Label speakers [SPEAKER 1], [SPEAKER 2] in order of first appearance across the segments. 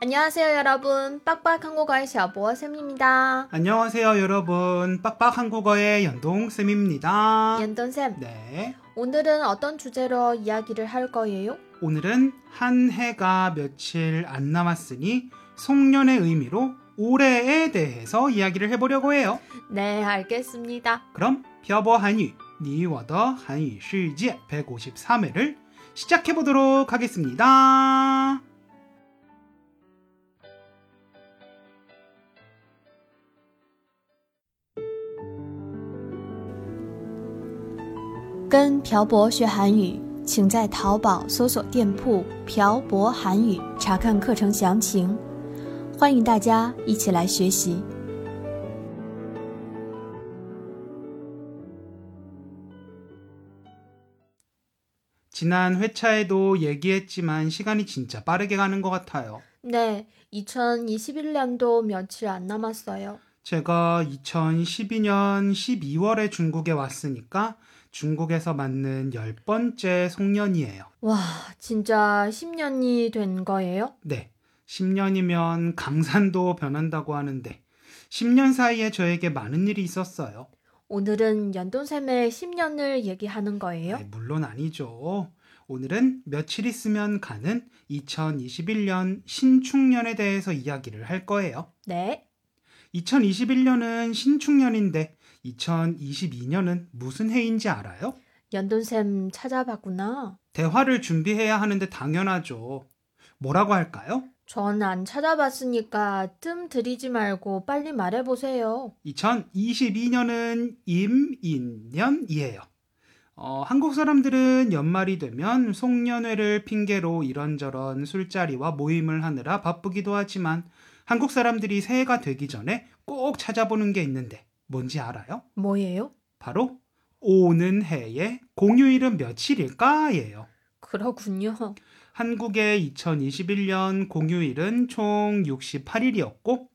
[SPEAKER 1] 안녕하세요, 여러분. 빡빡 한국어의 小博쌤입니다.
[SPEAKER 2] 안녕하세요, 여러분. 빡빡 한국어의 연동쌤입니다.
[SPEAKER 1] 연돈쌤,
[SPEAKER 2] 네.
[SPEAKER 1] 오늘은 어떤 주제로 이야기를 할 거예요?
[SPEAKER 2] 오늘은 한 해가 며칠 안 남았으니 송년의 의미로 올해에 대해서 이야기를 해보려고 해요.
[SPEAKER 1] 네, 알겠습니다.
[SPEAKER 2] 그럼 펴보 한유, 니워더 한유 실제 153회를 시작해보도록 하겠습니다.
[SPEAKER 1] 跟朴博学韩语请在淘宝搜索店铺“朴博韩语”查看课程详情。欢迎大家一起来学习。
[SPEAKER 2] 지난 회차에도 얘기했지만 시간이 진짜 빠르게 가는 것 같아요.
[SPEAKER 1] 네, 2021년도 며칠 안 남았어요.
[SPEAKER 2] 제가 2012년 12월에 중국에 왔으니까 중국에서 맞는 열 번째 송년이에요.
[SPEAKER 1] 와, 진짜 10년이 된 거예요?
[SPEAKER 2] 네. 10년이면 강산도 변한다고 하는데 10년 사이에 저에게 많은 일이 있었어요.
[SPEAKER 1] 오늘은 연돈쌤의 10년을 얘기하는 거예요?
[SPEAKER 2] 아이, 네, 물론 아니죠. 오늘은 며칠 있으면 가는 2021년 신축년에 대해서 이야기를 할 거예요.
[SPEAKER 1] 네.
[SPEAKER 2] 2021년은 신축년인데 2022년은 무슨 해인지 알아요?
[SPEAKER 1] 연돈쌤 찾아봤구나.
[SPEAKER 2] 대화를 준비해야 하는데 당연하죠. 뭐라고 할까요?
[SPEAKER 1] 전 안 찾아봤으니까 뜸 들이지 말고 빨리 말해보세요.
[SPEAKER 2] 2022년은 임인년이에요. 어, 한국 사람들은 연말이 되면 송년회를 핑계로 이런저런 술자리와 모임을 하느라 바쁘기도 하지만 한국 사람들이 새해가 되기 전에 꼭 찾아보는 게 있는데 뭔지 알아요?
[SPEAKER 1] 뭐예요?
[SPEAKER 2] 바로 오는 해의 공휴일은 며칠일까예요.
[SPEAKER 1] 그렇군요.
[SPEAKER 2] 한국의 2021년 공휴일은 총 68일이었고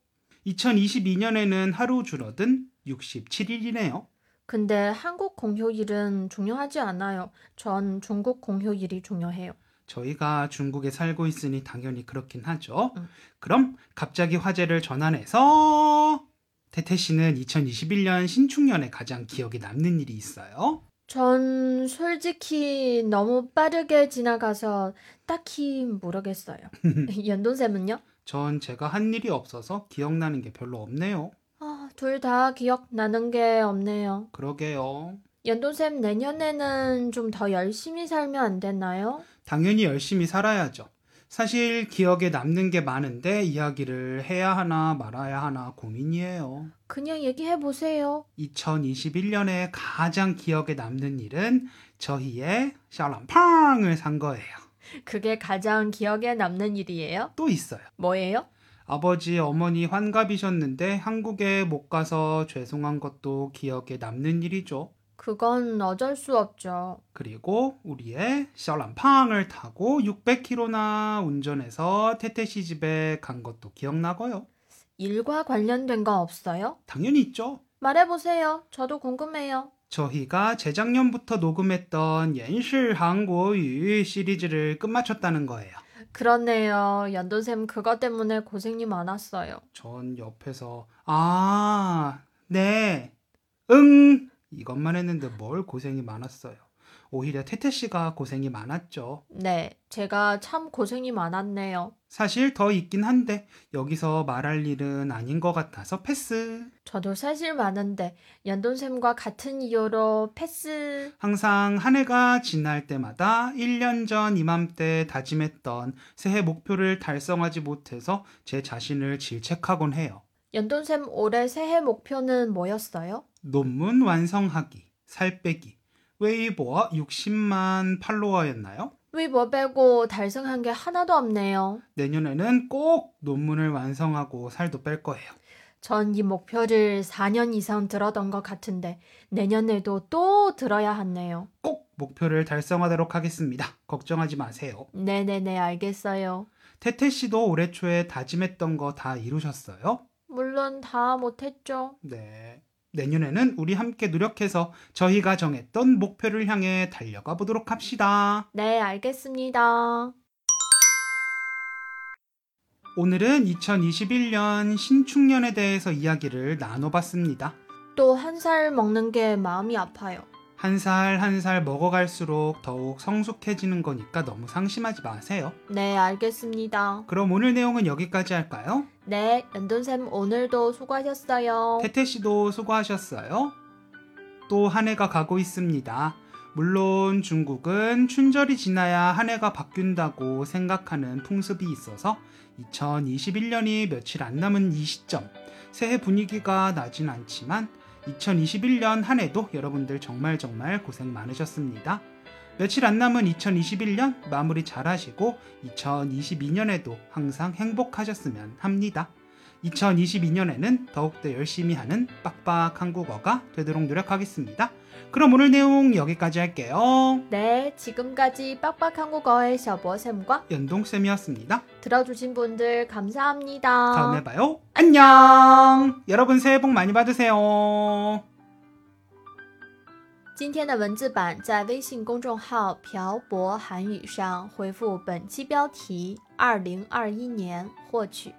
[SPEAKER 2] 2022년에는 하루 줄어든 67일이네요.
[SPEAKER 1] 근데 한국 공휴일은 중요하지 않아요. 전 중국 공휴일이 중요해요.
[SPEAKER 2] 저희가 중국에 살고 있으니 당연히 그렇긴 하죠.
[SPEAKER 1] 음.
[SPEAKER 2] 그럼 갑자기 화제를 전환해서 태태 씨는 2021년 신축년에 가장 기억에 남는 일이 있어요.
[SPEAKER 1] 전 솔직히 너무 빠르게 지나가서 딱히 모르겠어요. 연돈쌤은요?
[SPEAKER 2] 전 제가 한 일이 없어서 기억나는 게 별로 없네요.
[SPEAKER 1] 아, 둘 다 기억나는 게 없네요.
[SPEAKER 2] 그러게요.
[SPEAKER 1] 연돈쌤 내년에는 좀 더 열심히 살면 안 되나요?
[SPEAKER 2] 당연히 열심히 살아야죠. 사실 기억에 남는 게 많은데 이야기를 해야 하나 말아야 하나 고민이에요.
[SPEAKER 1] 그냥 얘기해 보세요.
[SPEAKER 2] 2021년에 가장 기억에 남는 일은 저희의 샬람팡을 산 거예요.
[SPEAKER 1] 그게 가장 기억에 남는 일이에요?
[SPEAKER 2] 또 있어요.
[SPEAKER 1] 뭐예요?
[SPEAKER 2] 아버지, 어머니 환갑이셨는데 한국에 못 가서 죄송한 것도 기억에 남는 일이죠.
[SPEAKER 1] 그건 어쩔 수 없죠.
[SPEAKER 2] 그리고 우리의 샬람팡을 타고 600km나 운전해서 태태 씨 집에 간 것도 기억나고요.
[SPEAKER 1] 일과 관련된 거 없어요?
[SPEAKER 2] 당연히 있죠.
[SPEAKER 1] 말해 보세요. 저도 궁금해요.
[SPEAKER 2] 저희가 재작년부터 녹음했던 연실 한국어유 시리즈를 끝마쳤다는 거예요.
[SPEAKER 1] 그렇네요. 연돈쌤 그것 때문에 고생이 많았어요.
[SPEAKER 2] 전 옆에서 아, 네, 응 이것만 했는데 뭘 고생이 많았어요. 오히려 태태 씨가 고생이 많았죠.
[SPEAKER 1] 네, 제가 참 고생이 많았네요.
[SPEAKER 2] 사실 더 있긴 한데 여기서 말할 일은 아닌 것 같아서 패스.
[SPEAKER 1] 저도 사실 많은데 연돈쌤과 같은 이유로 패스.
[SPEAKER 2] 항상 한 해가 지날 때마다 1년 전 이맘때 다짐했던 새해 목표를 달성하지 못해서 제 자신을 질책하곤 해요.
[SPEAKER 1] 연돈쌤 올해 새해 목표는 뭐였어요?
[SPEAKER 2] 논문 완성하기, 살 빼기, 웨이보어 60만 팔로워였나요?
[SPEAKER 1] 위버 뭐 빼고 달성한 게 하나도 없네요.
[SPEAKER 2] 내년에는 꼭 논문을 완성하고 살도 뺄 거예요.
[SPEAKER 1] 전 이 목표를 4년 이상 들었던 것 같은데 내년에도 또 들어야 하네요.
[SPEAKER 2] 꼭 목표를 달성하도록 하겠습니다. 걱정하지 마세요.
[SPEAKER 1] 네네네 알겠어요.
[SPEAKER 2] 태태 씨도 올해 초에 다짐했던 거 다 이루셨어요?
[SPEAKER 1] 물론 다 못했죠.
[SPEAKER 2] 네. 내년에는 우리 함께 노력해서 저희가 정했던 목표를 향해 달려가 보도록 합시다.
[SPEAKER 1] 네 알겠습니다.
[SPEAKER 2] 오늘은 2021년 신축년에 대해서 이야기를 나눠봤습니다.
[SPEAKER 1] 또 한 살 먹는 게 마음이 아파요.
[SPEAKER 2] 한 살 한 살 먹어갈수록 더욱 성숙해지는 거니까 너무 상심하지 마세요.
[SPEAKER 1] 네, 알겠습니다.
[SPEAKER 2] 그럼 오늘 내용은 여기까지 할까요?
[SPEAKER 1] 네, 연돈쌤 오늘도 수고하셨어요.
[SPEAKER 2] 태태 씨도 수고하셨어요. 또 한 해가 가고 있습니다. 물론 중국은 춘절이 지나야 한 해가 바뀐다고 생각하는 풍습이 있어서 2021년이 며칠 안 남은 이 시점, 새해 분위기가 나진 않지만 2021년 한 해도 여러분들 정말 정말 고생 많으셨습니다. 며칠 안 남은 2021년 마무리 잘 하시고 2022년에도 항상 행복하셨으면 합니다. 2022년에는 더욱더 열심히 하는 빡빡 한국어가 되도록 노력하겠습니다. 그럼 오늘 내용 여기까지 할게요.
[SPEAKER 1] 네, 지금까지 빡빡한국어의 셔버쌤과
[SPEAKER 2] 연동쌤이었습니다.
[SPEAKER 1] 들어주신 분들 감사합니다. 아.
[SPEAKER 2] 다음에 봐요. 안녕! 여러분 새해 복 많이 받으세요.
[SPEAKER 1] 今天的文字版在微信公众号“漂泊韩语”上回复本期标题“二零二一年”获取。